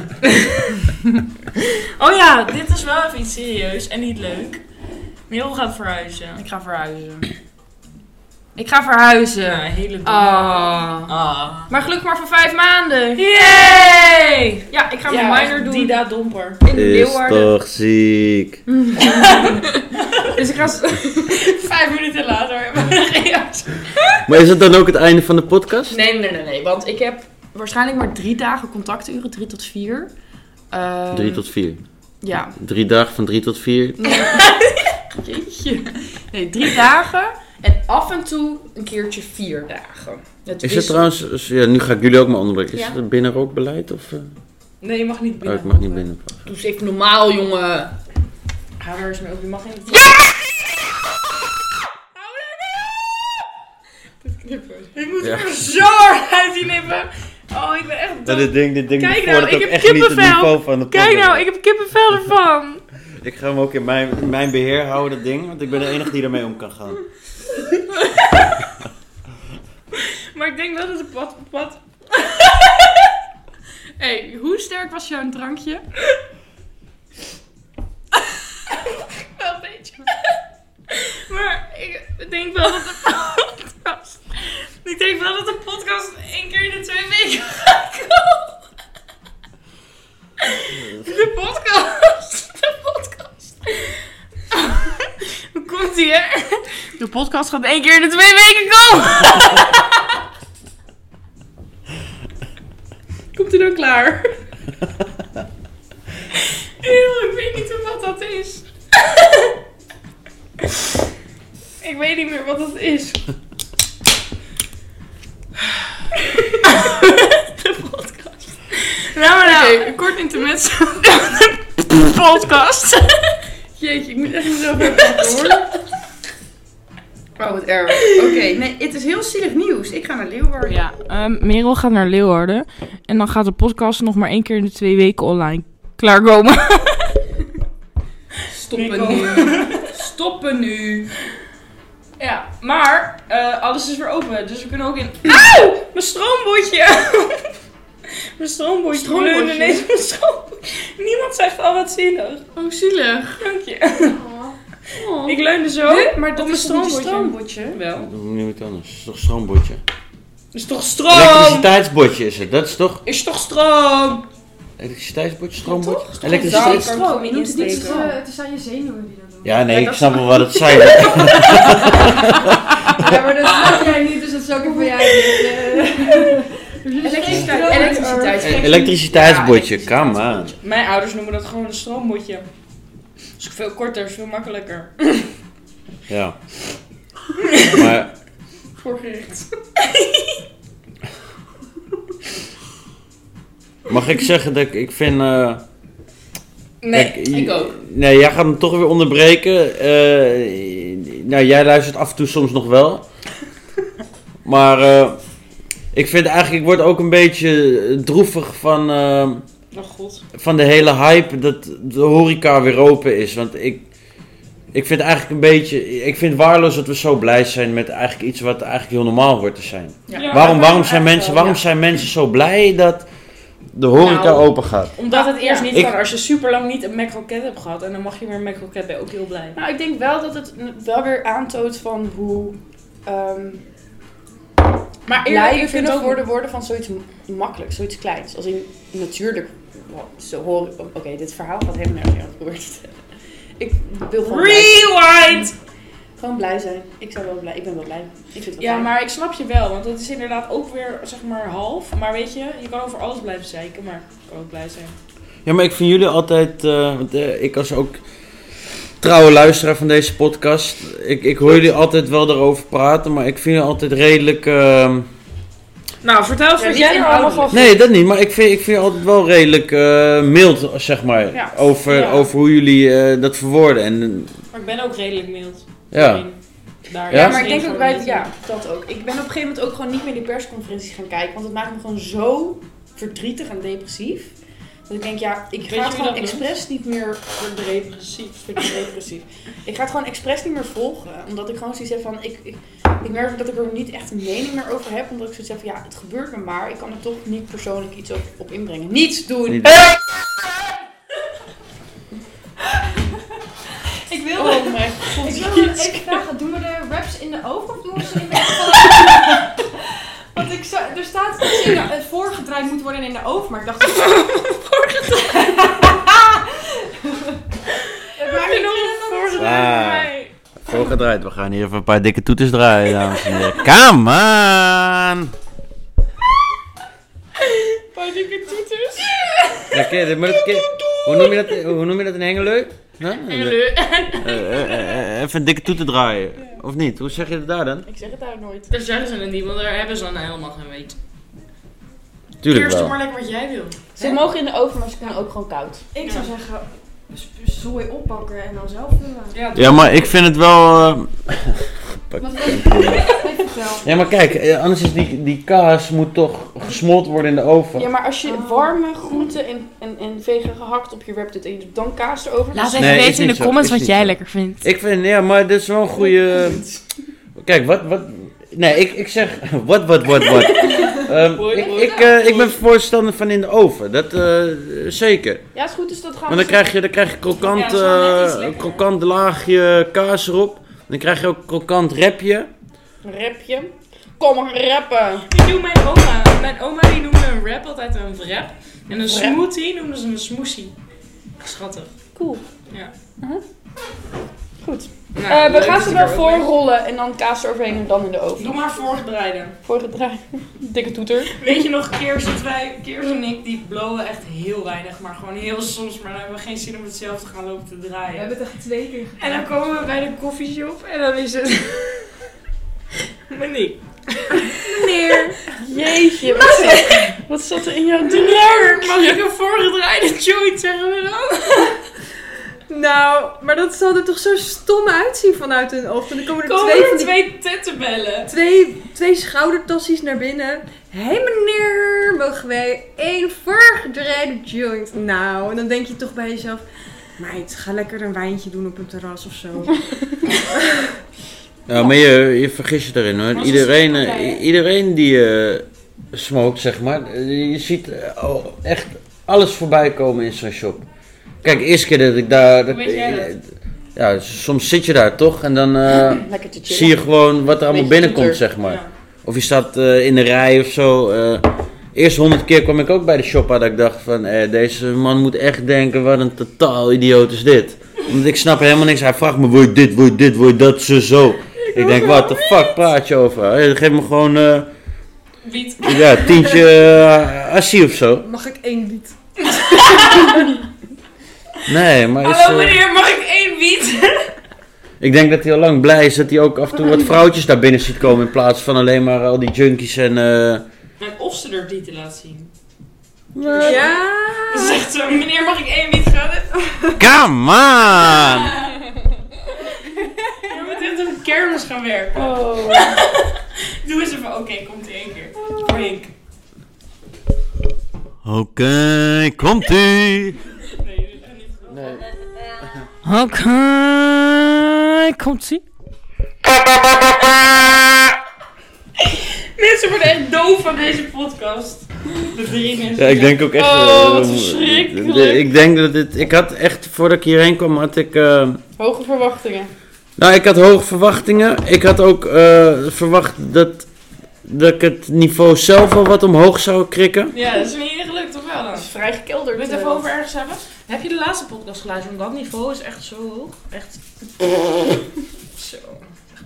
S3: oh ja, dit is wel even iets serieus en niet leuk. Merel gaat verhuizen.
S4: Ik ga verhuizen. Ik ga verhuizen.
S3: Ja, hele domme.
S4: Ah.
S3: Ah.
S4: Maar gelukkig maar voor vijf maanden.
S3: Yay!
S4: Ja, ik ga
S3: Ja,
S4: mijn minor doen
S3: Dida Domper.
S4: in
S5: Is
S4: Leeuwarden.
S5: toch ziek.
S4: Dus ik ga... s-
S3: Vijf minuten later hebben we gereageerd.
S5: Maar is het dan ook het einde van de podcast?
S4: Nee, nee, nee, nee. Want ik heb waarschijnlijk maar drie dagen contacturen. Drie tot vier. Ehm,
S5: Drie tot vier.
S4: Ja.
S5: Drie dagen van drie tot vier.
S4: Jeetje. Nee, drie dagen. En af en toe een keertje vier dagen. dus
S5: Is het
S4: Het wisselt.
S5: trouwens, ja, nu ga ik jullie ook maar onderbreken. Is
S4: Ja.
S5: het binnenrookbeleid of? eh?
S3: Nee, je mag niet
S5: oh,
S3: binnen.
S5: ik mag niet binnen.
S4: Doe eens even normaal, jongen.
S3: Hou er eens mee op, je mag in het... Ik moet
S5: Ja.
S3: er zo hard uit die lippen. Oh, ik ben echt dom.
S5: dit ding, dit ding
S1: Kijk nou, ik heb kippenvel.
S5: van de
S1: Kijk nou, ik heb kippenvel ervan.
S5: Ik ga hem ook in mijn, in mijn beheer houden, dat ding. Want ik ben de enige die ermee om kan gaan.
S3: Maar ik denk wel dat het pad op pad.
S1: hey, hoe sterk was jouw drankje?
S3: Wel een beetje.
S1: Maar ik denk wel dat de podcast.
S3: Ik denk wel dat de podcast één keer in de twee weken gaat komen. De podcast. De podcast. Hoe komt die, hè? De podcast gaat één keer in de twee weken komen.
S1: Komt u dan klaar?
S3: Eeuw, ik weet niet wat dat is.
S1: Ik weet niet meer wat dat is.
S3: Nou, maar
S8: nou.
S3: nou.
S1: Oké, een kort intermezzo.
S3: podcast.
S1: Jeetje, ik moet echt mezelf even pakken, hoor.
S4: Oh, wat erg. Oké, nee, het is heel zielig nieuws. Ik ga naar Leeuwarden.
S8: Ja, ehm, Merel gaat naar Leeuwarden. En dan gaat de podcast nog maar één keer in de twee weken online klaarkomen.
S3: Stoppen nu. Stoppen nu. Ja, maar eh, alles is weer open, dus we kunnen ook in... Auw! Mijn stroombotje! mijn stroombotje.
S1: Stroombotje?
S3: Stroombotje? ineens mijn stroombotje. Niemand zegt al wat zielig.
S1: Oh, zielig.
S3: Dank je.
S1: Oh.
S3: Ik leunde zo
S4: maar
S3: op mijn stroombotje. Wel.
S5: Doe nu het anders. Het is toch een stroombotje?
S3: Is toch stroom?
S5: Elektriciteitsbotje is het. Dat is toch?
S3: Is toch stroom?
S5: Elektriciteitsbotje, stroombotje?
S4: Daar
S5: Elektriciteit?
S4: kan ik
S7: Je
S4: niet
S7: noemt het niet,
S4: insteken.
S7: eh, het zijn je zenuwen die dat doen.
S5: Ja, nee,
S4: Ja,
S5: ik
S4: dat
S5: snap wel wat het zijn.
S7: Ja, maar dat snap jij niet, dus dat is ook een voor jou.
S4: Elektriciteit. Elektriciteit.
S5: Elektriciteitsbotje, come on.
S3: Mijn ouders noemen dat gewoon een stroombotje. Is veel korter, is veel makkelijker.
S5: Ja. Maar
S3: Voorgericht.
S5: mag ik zeggen dat ik, ik vind... eh,
S3: Nee,
S5: Kijk,
S3: ik
S5: je-
S3: ook.
S5: Nee, jij gaat hem toch weer onderbreken. Eh, nou, jij luistert af en toe soms nog wel. Maar eh, ik vind eigenlijk, ik word ook een beetje droevig van, eh,
S3: Oh god.
S5: van de hele hype dat de horeca weer open is. Want ik, ik vind eigenlijk een beetje, ik vind waardeloos dat we zo blij zijn met eigenlijk iets wat eigenlijk heel normaal wordt te zijn.
S4: Ja.
S5: waarom, waarom, zijn, mensen, waarom zijn mensen zo blij dat de horeca
S3: Nou,
S5: open gaat?
S3: Omdat het eerst niet
S5: Ik-
S3: kan als je super lang niet een macroket hebt gehad. En dan mag je weer een macroket, ben je ook heel blij.
S4: Nou, ik denk wel dat het n- wel weer aantoont van hoe ehm
S3: Maar je
S4: blij we
S3: vindt
S4: kunnen
S3: ook
S4: worden, worden van zoiets m- makkelijks, zoiets kleins. Als in natuurlijk, wow, zo hoor Oké, dit verhaal gaat helemaal nergens aan gehoord. Ik wil gewoon blij,
S3: Rewind!
S4: gewoon blij zijn. Ik zou wel blij, ik ben wel blij. Ik vind het wel
S3: Ja,
S4: fijn.
S3: maar ik snap je wel. Want het is inderdaad ook weer, zeg maar, half. Maar weet je, je kan over alles blijven zeiken. Maar ik kan ook blij zijn.
S5: Ja, maar ik vind jullie altijd, eh, want eh, ik als ook trouwe luisteraar van deze podcast, ik, ik hoor jullie altijd wel daarover praten, maar ik vind jullie altijd redelijk, ehm,
S3: Nou, vertel eens
S4: Ja,
S3: wat
S4: niet
S3: jij er allemaal van
S5: nee dat niet, maar ik vind, ik vind jullie altijd wel redelijk eh, mild, zeg maar,
S4: Ja.
S5: over,
S3: Ja.
S5: over hoe jullie eh, dat verwoorden. En,
S3: vindt. Maar ik ben ook redelijk mild.
S5: ja.
S3: Daarin. Daar,
S5: Ja?
S4: Ja, maar ik denk ook bij
S3: het
S4: ja, dat ook. Ik ben op een gegeven moment ook gewoon niet meer die persconferenties gaan kijken, want het maakt me gewoon zo verdrietig en depressief. Dat ik denk, ja, ik
S3: je
S4: ga het
S3: wie
S4: gewoon
S3: dat noemt?
S4: expres niet meer
S3: Repressief.
S4: Ik vind het depressief. Ik ga het gewoon expres niet meer volgen. Omdat ik gewoon zoiets heb van... Ik, ik, ik merk dat ik er niet echt een mening meer over heb. Omdat ik zoiets heb van... Ja, het gebeurt me maar. Ik kan er toch niet persoonlijk iets op, op inbrengen. Niets doen!
S5: Niet-
S4: Ik wil oh, mijn
S7: Ik
S4: god.
S7: wil nog even vragen, doen we de raps in de ogen of doen we ze in de Want ik zou- er staat dat ze in de- voorgedraaid moet worden in de oven, maar ik dacht... voorgedraaid? maar ik
S5: Ah, voorgedraaid, we gaan hier even een paar dikke toeters draaien, dames en heren. Come on!
S3: Paar dikke toeters.
S5: Ja, ken je, maar dat, ken- hoe, noem je dat, hoe noem je dat in Engelui? Huh? Eh, eh, eh, eh, even een dikke toeter draaien. Of niet? Hoe zeg je dat daar dan?
S4: Ik zeg het daar nooit.
S3: Dat zeggen ze het niet, want daar hebben ze dan helemaal geen weet.
S5: Tuurlijk
S3: Eerst doe
S5: wel.
S3: maar lekker wat jij wil.
S4: Ze mogen in de oven, maar ze kunnen ook gewoon koud.
S7: Ik zou zeggen, z- zooi oppakken en dan zelf vullen.
S3: Ja,
S5: Ja, maar ik vind het wel... eh,
S7: Wat wil je? vertel.
S5: Ja, maar kijk, eh, anders is die, die kaas moet toch gesmolten worden in de oven.
S4: Ja, maar als je
S7: Oh.
S4: warme groenten en, en, en vegen gehakt op je wrap doet en je doet dan kaas erover... dus-
S8: Laat
S4: dan-
S8: even
S5: Nee, is
S8: weten in de
S5: niet zo,
S8: comments
S5: is
S8: wat
S5: niet
S8: jij
S5: zo.
S8: lekker vindt.
S5: Ik vind, ja, maar dit is wel een goede... Kijk, wat, wat... Nee, ik, ik zeg... Wat, wat, wat, wat. Ehm,
S3: Mooi,
S5: ik,
S3: mooi.
S5: ik, eh, ik ben voorstander van in de oven. Dat eh, zeker.
S4: Ja, is goed, dus dat gaan
S5: Want dan krijg je, dan krijg je
S3: Ja,
S5: krokant,
S3: dat is wel net iets
S5: eh,
S3: lekkerder.
S5: krokant laagje kaas erop. Dan krijg je ook krokant repje.
S4: Een rapje. Kom, rappen!
S3: Ik doe mijn oma. Mijn oma die noemde een wrap altijd een wrap. En een smoothie noemden ze een smoothie. Schattig.
S4: Cool.
S3: Ja.
S8: Mhm.
S4: Goed.
S3: Nou,
S4: Eh, we
S3: leuk
S4: gaan
S3: dat
S4: ze
S3: ik
S4: wel
S3: er ook
S4: voor
S3: ben.
S4: rollen en dan kaas eroverheen en dan in de oven.
S3: Doe maar voorgedraaiden.
S4: Voorgedraaid. Dikke toeter.
S3: Weet je nog, Keers, dat wij, Keers en ik, die blowen echt heel weinig, maar gewoon heel soms. Maar dan hebben we geen zin om het zelf te gaan lopen te
S7: We
S3: draaien.
S7: hebben het echt twee keer
S3: En dan komen we bij de koffieshop en dan is het... Meneer. Meneer.
S4: Jeetje, wat zat, wat zat er in jouw druk?
S3: Mag ik een voorgedraaide joint zeggen we dan?
S7: Nou, maar dat zal er toch zo stom uitzien vanuit hun oog. Want dan komen er
S3: Komen
S7: twee
S3: er
S7: van die
S3: twee tettenbellen?
S7: twee, twee schoudertassies naar binnen. Hé hey meneer, mogen wij één voorgedraaide joint? Nou, en dan denk je toch bij jezelf... Meid, ga lekker een wijntje doen op een terras of zo.
S5: Ja, Nou, maar je, je vergis je erin hoor.
S3: ze
S5: Iedereen,
S3: smoken
S5: eh,
S3: bij, hè?
S5: i- iedereen die eh, smokt, zeg maar, eh, je ziet eh, al- echt alles voorbij komen in zijn shop. Kijk, de eerste keer dat ik daar. dat-
S3: weet jij dat?
S5: Ja, soms zit je daar toch en dan eh,
S4: Lekker te chillen.
S5: zie je gewoon wat er allemaal
S4: Beetje
S5: binnenkomt,
S4: toeter.
S5: zeg maar.
S3: Ja.
S5: Of je staat eh, in de rij of zo. eh. eerst honderd keer kwam ik ook bij de shop aan dat ik dacht van... eh, deze man moet echt denken, wat een totaal idioot is dit. Omdat ik snap helemaal niks. Hij vraagt me, word dit, word dit, word dat, zo, zo. Ik denk, wat de fuck praat je over? Hij geeft me gewoon, eh,
S3: Wiet.
S5: ja, tientje eh, assie of zo.
S7: Mag ik één bied?
S5: Nee, maar is,
S3: Hallo
S5: eh,
S3: meneer, mag ik één wiet?
S5: ik denk dat hij al lang blij is dat hij ook af en toe wat vrouwtjes daar binnen ziet komen. In plaats van alleen maar al die junkies en... eh,
S3: En of ze er die te laten zien.
S7: Ja.
S3: Zegt ze, meneer, mag ik één wiet gaan?
S5: Come on!
S3: Je moet echt op een kermis gaan werken. Oh. Doe eens even, oké, komt in één keer. Voor Henk.
S5: Oké, komt ie.
S3: Nee, dit is echt niet goed.
S8: Oké, komt ie.
S3: Mensen worden echt doof van deze podcast. De drie mensen.
S5: Ja, ik denk ook echt.
S3: Oh,
S5: eh,
S3: wat verschrikkelijk.
S5: de- Ik denk dat dit. Ik had echt voordat ik hierheen kwam, had ik. eh,
S4: Hoge verwachtingen.
S5: nou, ik had hoge verwachtingen. Ik had ook eh, verwacht dat. Dat ik het niveau zelf wel wat omhoog zou krikken.
S3: Ja, dat is niet echt gelukt, toch wel dan?
S4: Dat is vrij gekelderd.
S3: Wil je het
S4: eh.
S3: even over ergens hebben? Heb je de laatste podcast geluisterd? Want dat niveau is echt zo hoog. Echt. zo.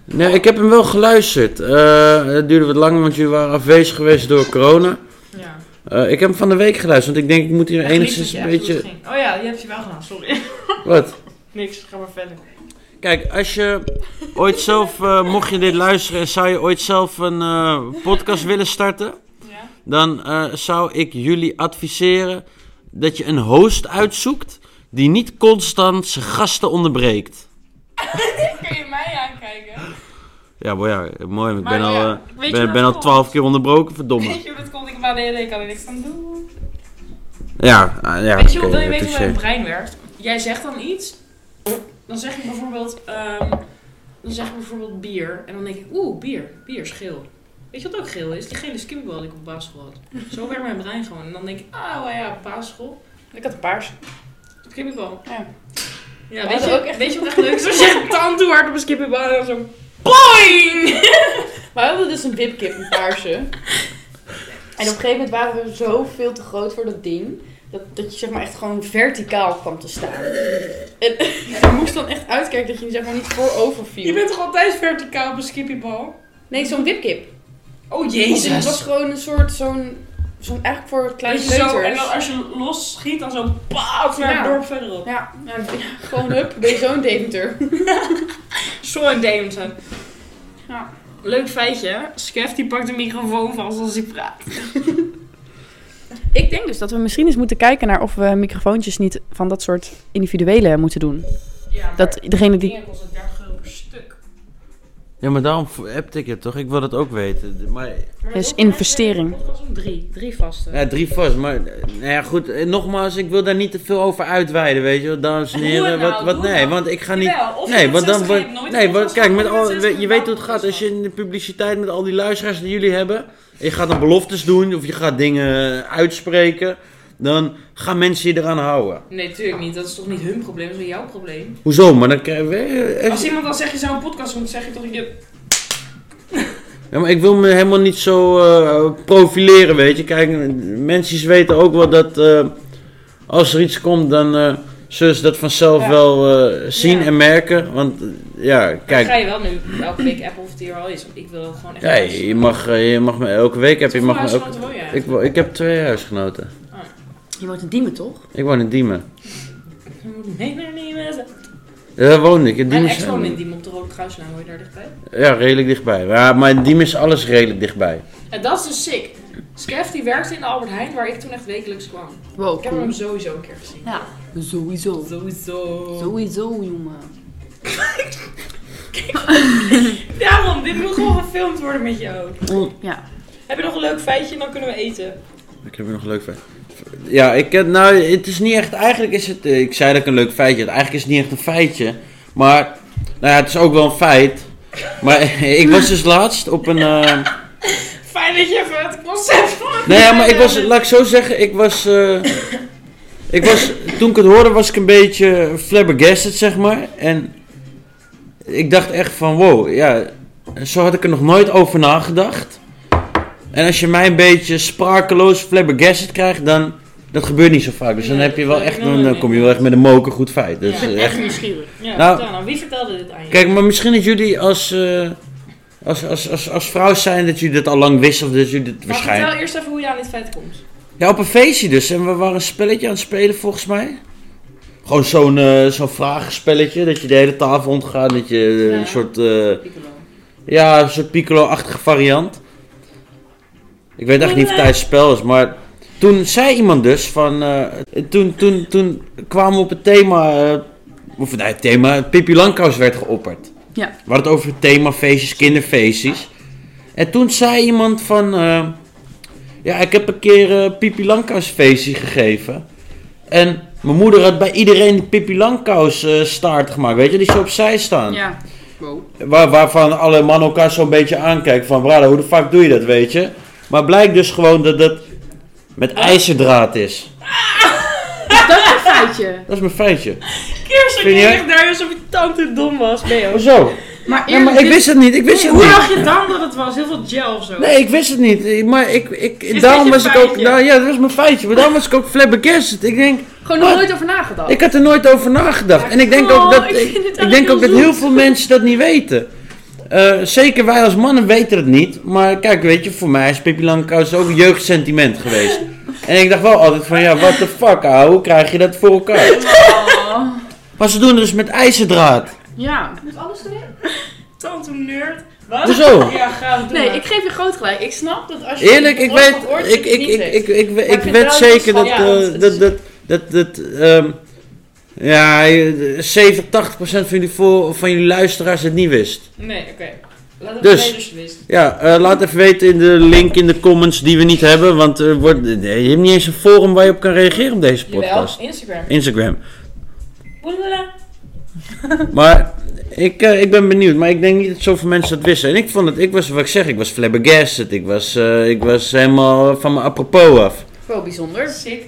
S5: Nee, Nou, ik heb hem wel geluisterd. Eh, het duurde wat lang, want jullie waren afwezig geweest door corona.
S3: Ja.
S5: Eh, ik heb hem van de week geluisterd, want ik denk ik moet hier
S3: Echt
S5: enigszins
S3: niet
S5: een
S3: dat je echt
S5: beetje.
S3: goed ging. Oh ja, je hebt je wel gedaan, sorry.
S5: Wat?
S3: Niks, ga maar verder.
S5: Kijk, als je ooit zelf, eh, mocht je dit luisteren en zou je ooit zelf een eh, podcast willen starten,
S3: Ja.
S5: dan eh, zou ik jullie adviseren dat je een host uitzoekt die niet constant zijn gasten onderbreekt.
S3: Kun je mij aankijken?
S5: Ja, maar ja, mooi. Ik
S3: Maar
S5: ben,
S3: ja,
S5: al,
S3: weet
S5: eh
S3: je
S5: ben,
S3: hoe
S5: ben
S3: dat
S5: al
S3: komt?
S5: twaalf keer onderbroken, verdomme.
S3: Weet je hoe dat komt? Ik heb ADHD, ik kan er niks aan doen.
S5: Ja, ah, ja
S3: Weet je,
S5: oké, eh,
S3: wil je weten hoe
S5: touché.
S3: mijn brein werkt? Jij zegt dan iets, dan zeg ik bijvoorbeeld, ehm, dan zeg ik bijvoorbeeld bier. En dan denk ik, oeh, bier, bier is geel. Weet je wat ook geel is? Die gele skimmel die ik op basisschool had. Zo werkt mijn brein gewoon. En dan denk ik, ah oh ja, basisschool,
S4: Ik had een paars.
S3: skimmel.
S4: Ja.
S3: Ja,
S4: hadden
S3: weet je,
S4: ook echt-
S3: weet je wat echt leuk is? Als je een tand toe hard op een skimmel en dan zo, boing!
S4: Maar we hadden dus een wipkip, een paarse. en op een gegeven moment waren we zo veel te groot voor dat ding. Dat, dat je zeg maar echt gewoon verticaal kwam te staan. En je moest dan echt uitkijken dat je zeg maar niet voorover viel.
S3: Je bent toch altijd verticaal op een skippiebal?
S4: Nee, zo'n wipkip.
S3: Oh
S4: Het
S3: jezus!
S4: was gewoon een soort zo'n... zo'n eigenlijk voor kleine
S3: Weet je zo, en
S4: kleuters.
S3: dan als je los schiet, dan zo, paaf, naar
S4: Ja.
S3: het dorp verderop.
S4: Ja, ja, gewoon hup, ben je zo'n Deventer.
S3: Sorry Davidson.
S4: Ja.
S3: Leuk feitje, Skef die pakt de microfoon vast als hij praat.
S4: Ik denk dus dat we misschien eens moeten kijken naar of we microfoontjes niet van dat soort individuele moeten doen.
S3: Ja, maar
S4: Dat degene die...
S3: dingen kosten 30 euro per stuk.
S5: Ja, maar daarom heb ik het toch? Ik wil dat ook weten. Maar,
S3: Maar
S4: Dus
S3: heel veel
S4: investering.
S3: mensen hebben een podcast om Drie, drie vaste.
S5: ja, drie vast. Maar eh, nou ja, goed, eh, nogmaals, ik wil daar niet te veel over uitweiden, weet je wel, dames en
S3: Doe
S5: heren.
S3: het nou,
S5: Wat, wat,
S3: doe
S5: nee,
S3: het
S5: want ik ga niet.
S3: Jawel, of je
S5: Nee,
S3: met
S5: want dan
S3: 60
S5: wordt.
S3: heb je nooit
S5: Nee,
S3: een
S5: want
S3: podcast
S5: kijk, met
S3: gehad,
S5: al,
S3: met 60
S5: je weet hoe het
S3: heb je
S5: gaat. Als je
S3: een
S5: in de publiciteit met al die luisteraars die jullie hebben. en je gaat dan beloftes doen of je gaat dingen uitspreken. dan gaan mensen je eraan houden.
S3: Nee, natuurlijk niet. Dat is toch niet hun probleem, dat is wel jouw probleem.
S5: Hoezo? Maar dan krijgen we. eh,
S3: Als iemand dan zegt, je zou een podcast moeten zeggen, toch je...
S5: Ja, maar ik wil me helemaal niet zo eh, profileren, weet je. Kijk, mensen weten ook wel dat. eh, als er iets komt, dan. eh zullen ze dat vanzelf
S4: Ja.
S5: wel eh, zien
S3: Ja.
S5: en merken. Want eh, ja,
S3: Dan ga
S5: kijk.
S3: je wel nu elke week appen of het hier al is. Want ik wil dat gewoon echt...
S5: Ja, je je mag, eh, je mag me elke week hebben. Je mag me
S3: Hoeveel
S5: elke,
S3: huisgenoten woon jij?
S5: ik, wo- ik heb twee huisgenoten.
S4: Je wordt een diemen, toch?
S5: Ik woon in Diemen.
S3: Je moet mee naar die mensen.
S5: Ja, Daar woon ik. In
S3: Mijn
S5: Diemen
S3: ex
S5: is-
S3: woont Ah, in Diemen op de Rode Kruislaan, hoor je daar dichtbij?
S5: Ja, redelijk dichtbij. Ja, maar in Diemen is alles redelijk dichtbij.
S3: En dat is dus sick. Skef die werkte in de Albert Heijn, waar ik toen echt wekelijks kwam.
S1: Wow,
S3: Ik heb hem sowieso een keer gezien.
S1: Ja, sowieso.
S3: Sowieso.
S1: Sowieso, jongen.
S3: Daarom, dit moet gewoon gefilmd worden met jou.
S1: Ja.
S3: Heb je nog een leuk feitje en dan kunnen we eten.
S5: Ik heb er nog een leuk feitje. Ja, ik ken, nou, het is niet echt, eigenlijk is het, eh, ik zei dat ik een leuk feitje had, eigenlijk is het niet echt een feitje, maar, nou ja, het is ook wel een feit. Maar ik was dus laatst op een, eh,
S3: Fijn dat je even het concept van.
S5: nee ja, maar ik was, laat ik zo zeggen, ik was, eh, ik was, toen ik het hoorde was ik een beetje flabbergasted, zeg maar. En ik dacht echt van, wow, ja, zo had ik er nog nooit over nagedacht. En als je mij een beetje sprakeloos flabbergasted krijgt, dan, dat gebeurt niet zo vaak. Dus dan
S3: Nee,
S5: heb je wel
S3: dat
S5: echt,
S3: kan ik
S5: dan, dan
S3: niet.
S5: kom je wel echt met een moker goed feit. Dus
S3: Ja,
S5: eh, echt
S3: echt nieuwsgierig. Ja,
S5: Nou-
S3: vertel nou, wie vertelde dit aan je?
S5: Kijk, maar misschien dat jullie als, eh, als, als, als, als vrouw zijn dat jullie dit al lang wisten of dat jullie dit
S3: maar
S5: waarschijnlijk...
S3: vertel eerst even hoe je aan dit feit komt.
S5: Ja, op een feestje dus. En we waren een spelletje aan het spelen volgens mij. Gewoon zo'n eh, zo'n vragenspelletje, dat je de hele tafel ontgaat, dat je eh,
S3: Ja.
S5: een soort, eh,
S3: Piccolo.
S5: ja, een soort piccolo-achtige variant. Ik weet echt niet of het tijdens het spel is, maar toen zei iemand dus van, eh, toen, toen, toen kwamen we op het thema, eh, of nee, het thema, Pippi Langkous werd geopperd.
S1: Ja.
S5: We hadden het over themafeestjes, kinderfeestjes. En toen zei iemand van... eh, ja, ik heb een keer eh Pipi Langkous feestje gegeven. En mijn moeder had bij iedereen die Pipi Langkous eh, staart gemaakt. Weet je, die zo opzij staan.
S1: Ja. Wow.
S5: Waar, waarvan alle mannen elkaar zo'n beetje aankijken. Van, brada, hoe de fuck doe je dat, weet je? Maar blijkt dus gewoon dat dat met ijzerdraad is.
S1: Dat is een feitje.
S5: Dat is mijn feitje.
S3: Eerst dat
S5: Vind
S3: je
S5: je?
S3: echt daar alsof je tante dom was. Nee, hoor.
S5: Hoezo?
S1: Maar
S5: Ja, maar ik wist het niet, ik wist het
S3: Hoe
S5: niet.
S3: dacht je dan dat het was? Heel veel gel of zo?
S5: Nee, ik wist het niet. eh, Maar ik, ik,
S3: dit
S5: daarom
S3: je
S5: was ik ook.
S3: feitje?
S5: Nou, ja, dat was mijn feitje. Maar daarom was ik ook flabbergasted. Ik denk,
S1: gewoon nog
S5: Wat?
S1: nooit over nagedacht.
S5: ik had er nooit over nagedacht. En ik denk ook
S3: oh,
S5: dat,
S3: ik vind
S5: ik,
S3: het
S5: ik
S3: eigenlijk
S5: denk ook
S3: heel
S5: dat heel veel mensen dat niet weten. Eh, zeker wij als mannen weten het niet. Maar kijk, weet je, voor mij is Pippi Langkous ook een jeugdsentiment geweest. En ik dacht wel altijd van, ja, what the fuck, ouwe, hoe krijg je dat voor elkaar?
S1: Oh.
S5: Maar ze doen het dus met ijzerdraad.
S1: Ja.
S3: Tante nerd. Wat?
S5: Hoezo?
S3: Ja, ga doen.
S4: Nee, ik geef je groot gelijk. Ik snap dat als je
S5: Eerlijk,
S4: het
S5: ik
S4: ooit
S5: weet,
S4: van hoort,
S5: ik,
S4: dat je het
S5: ik,
S4: niet
S5: ik,
S4: weet.
S5: ik, ik,
S4: ik
S5: ik,
S4: vind
S5: weet
S4: wel dat
S5: zeker dat,
S4: het van- ja,
S5: eh,
S4: het
S5: dat,
S4: is-
S5: dat, dat, dat, ehm, ja, eh, 70, 80 procent van jullie, voor, van jullie luisteraars het niet wist.
S3: Nee, oké. Laat het
S5: Dus.
S3: dus. dus je wist.
S5: Ja, eh, laat even weten in de link in de comments die we niet hebben, want er wordt, nee, je hebt niet eens een forum waar je op kan reageren op deze
S3: Jawel,
S5: podcast.
S3: Instagram.
S5: Instagram.
S3: Boelala.
S5: Maar ik, eh, ik ben benieuwd, maar ik denk niet dat zoveel mensen dat wisten. En ik vond het, ik was, wat ik zeg, ik was flabbergasted, ik was, eh, ik was helemaal van mijn apropos af.
S4: Wel bijzonder.
S3: Sick.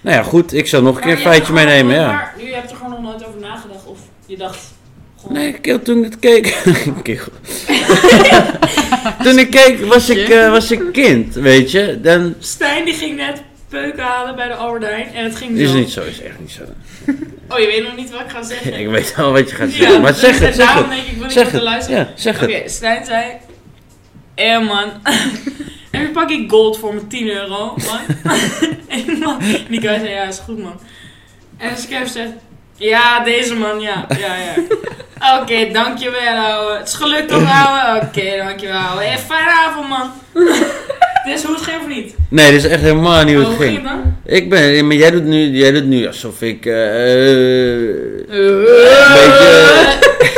S5: Nou ja, goed, ik zal nog een keer een
S3: Maar je hebt
S5: feitje meenemen,
S3: gewoon-
S5: ja.
S3: Maar je hebt er gewoon nog nooit over nagedacht of je dacht... Gewoon,
S5: Nee, kerel, toen ik het keek. Kerel. toen ik keek, was ik, eh, was ik kind, weet je. Dan
S3: Stijn die ging net peuken halen bij de Albert Heijn en het ging
S5: is
S3: zo.
S5: niet zo, is echt niet zo.
S3: Oh, je weet nog niet wat ik ga zeggen.
S5: Ik weet wel wat je gaat zeggen, maar zeg
S3: dus
S5: het, zeg het.
S3: daarom denk ik, wil
S5: Zeg
S3: ik wel
S5: het,
S3: luisteren.
S5: ja, zeg
S3: Oké,
S5: het.
S3: Stijn zei... Eh man, en nu pak ik gold voor mijn 10 euro, man. en man, die guy zei, ja, is goed man. En Skev zegt, ja, deze man, ja, ja, ja. Oké, dankjewel ouwe. Het is gelukt toch ouwe? Oké, dankjewel ouwe. Hey, fijne avond man. Dit is hoe het ging of niet?
S5: Nee, dit is echt helemaal niet hoe
S3: Oh,
S5: het
S3: hoe ging
S5: ging.
S3: het dan?
S5: Ik ben, eh, maar jij doet nu, jij doet nu alsof ik, eh, eh,
S1: Eh.
S5: beetje.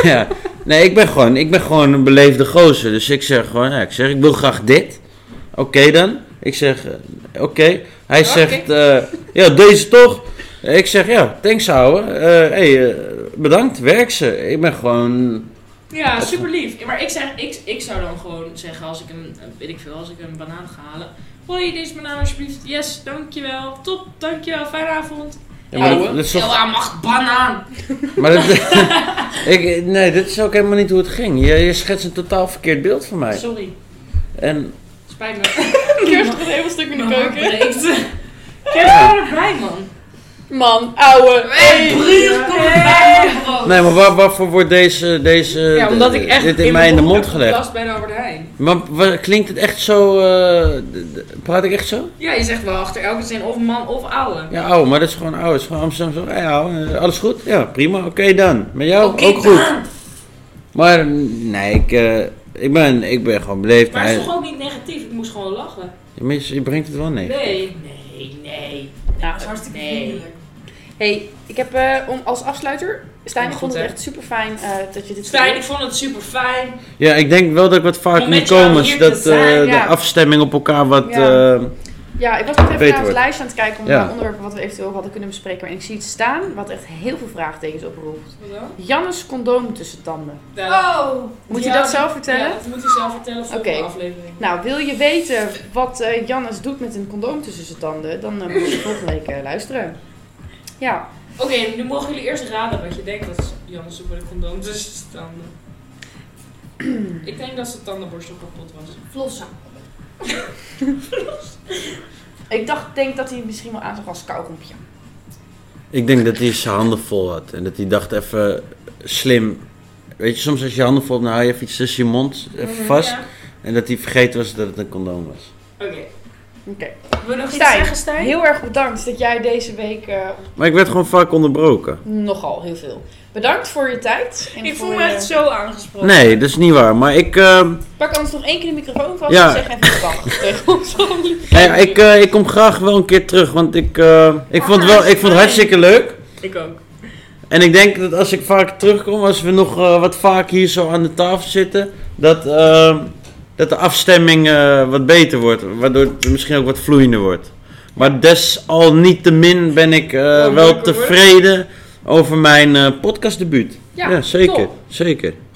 S5: ja. Nee, ik ben, gewoon, ik ben gewoon een beleefde gozer. Dus ik zeg gewoon, ja, ik zeg, ik wil graag dit. Oké dan. Ik zeg, eh, oké. Hij zegt, eh, ja, deze toch? Ik zeg, ja, thanks ouwe. Eh, hey, eh, bedankt, werk ze. Ik ben gewoon...
S3: Ja, super lief. Maar ik, zeg, ik, ik zou dan gewoon zeggen als ik een, eh, weet ik veel, als ik een banaan ga halen. Hoi, deze banaan alsjeblieft. Yes, dankjewel. Top, dankjewel. Fijne avond.
S5: Ja, maar
S3: Ouwe.
S5: dat, dat is toch-
S3: Ja, mag banaan.
S5: maar dat, ik, nee, dit is ook helemaal niet hoe het ging. Je, je schetst een totaal verkeerd beeld van mij.
S3: Sorry,
S5: En
S3: spijt me.
S4: Kirst nog een heel stuk in de keuken.
S3: Kerst waren erbij, man.
S4: Man, ouwe.
S3: Hey, broer, kom erbij, man, bro.
S5: Nee, maar waar, waarvoor wordt deze, deze
S3: Ja, omdat ik echt
S5: dit in mij in de
S3: heb
S5: mond gelegd?
S3: geplast bij de Albert Heijn.
S5: Maar wa- klinkt het echt zo? eh, d- d- praat ik echt zo?
S3: Ja, je zegt wel achter elke zin of man of ouwe.
S5: Ja, ouwe, maar dat is gewoon ouwe. Het is gewoon Amsterdam. Zo, hey, ouwe, eh, alles goed? Ja, prima. Oké dan. Met jou
S3: Oké
S5: Oh, ook goed. Maar mm, nee, ik, eh, ik, ben, ik ben gewoon beleefd.
S3: Maar het
S5: Hij-
S3: is toch ook niet negatief? Ik moest gewoon lachen.
S5: Ja, Tenminste, je brengt het wel nee.
S3: Nee, nee, nee.
S4: Ja, dat is hartstikke
S3: nee.
S4: vriendelijk. hey, ik heb eh, om, als afsluiter... Stijn, ik
S3: Goed,
S4: vond het
S3: hè?
S4: echt super fijn dat je dit
S3: Stijn, ik
S4: deed.
S3: vond het super fijn.
S5: Ja, ik denk wel dat ik wat vaker
S3: Om
S5: moet
S3: met jou
S5: komen,
S3: hier
S5: zodat
S3: te zijn,
S5: eh,
S4: ja.
S5: de afstemming op elkaar wat...
S4: Ja.
S5: eh,
S4: Ja, ik was nog even
S5: Beter
S4: naar ons
S5: wordt.
S4: lijstje aan het kijken om
S5: Ja.
S4: naar onderwerpen wat we eventueel hadden kunnen bespreken. En ik zie iets staan wat echt heel veel vraagtekens oproept.
S3: Wat dan?
S4: Jannes condoom tussen tanden.
S3: Ja,
S4: Oh, Moet
S3: Oh, Ja,
S4: je dat zelf vertellen?
S3: dat moet je zelf vertellen voor
S4: Oké.
S3: de aflevering.
S4: Nou, wil je weten wat eh Jannes doet met een condoom tussen zijn tanden, dan eh, moet je volgende week eh, luisteren. Ja,
S3: Oké, nu mogen jullie eerst raden wat je denkt dat Janne super een condoom tussen zijn tanden. ik denk dat zijn tandenborstel kapot was.
S10: Flossen.
S4: ik dacht, denk dat hij misschien wel aan zag als kauwgompje.
S5: Ik denk dat hij zijn handen vol had. En dat hij dacht even slim. Weet je, soms als je handen vol hebt, dan hou je even iets tussen je mond
S4: Mhm.
S5: even vast.
S3: Mhm, Ja.
S5: En dat hij vergeten was dat het een condoom was.
S3: Oké.
S4: Oké.
S3: Wil je nog iets
S4: Stijn,
S3: zeggen, Stijn?
S4: Heel erg bedankt dat jij deze week eh,
S5: Maar ik werd gewoon vaak onderbroken.
S4: nogal heel veel. Bedankt voor je tijd. en
S3: Ik
S4: voor,
S3: voel me
S4: eh,
S3: echt zo aangesproken.
S5: Nee, dat is niet waar. Maar ik, eh,
S4: Pak anders nog één keer de microfoon vast
S5: Ja.
S4: en zeg even dag tegen ons.
S5: eh, ik, eh, ik kom graag wel een keer terug. Want ik, eh, ik, vond, het wel, ik vond het hartstikke leuk.
S3: Ik ook.
S5: En ik denk dat als ik vaak terugkom, als we nog eh, wat vaak hier zo aan de tafel zitten, dat, eh, dat de afstemming eh, wat beter wordt. Waardoor het misschien ook wat vloeiender wordt. Maar desalniettemin ben ik eh, wel
S3: makkelijk, hoor.
S5: tevreden over mijn eh podcastdebuut.
S4: Ja,
S5: zeker.
S4: top.
S5: Zeker.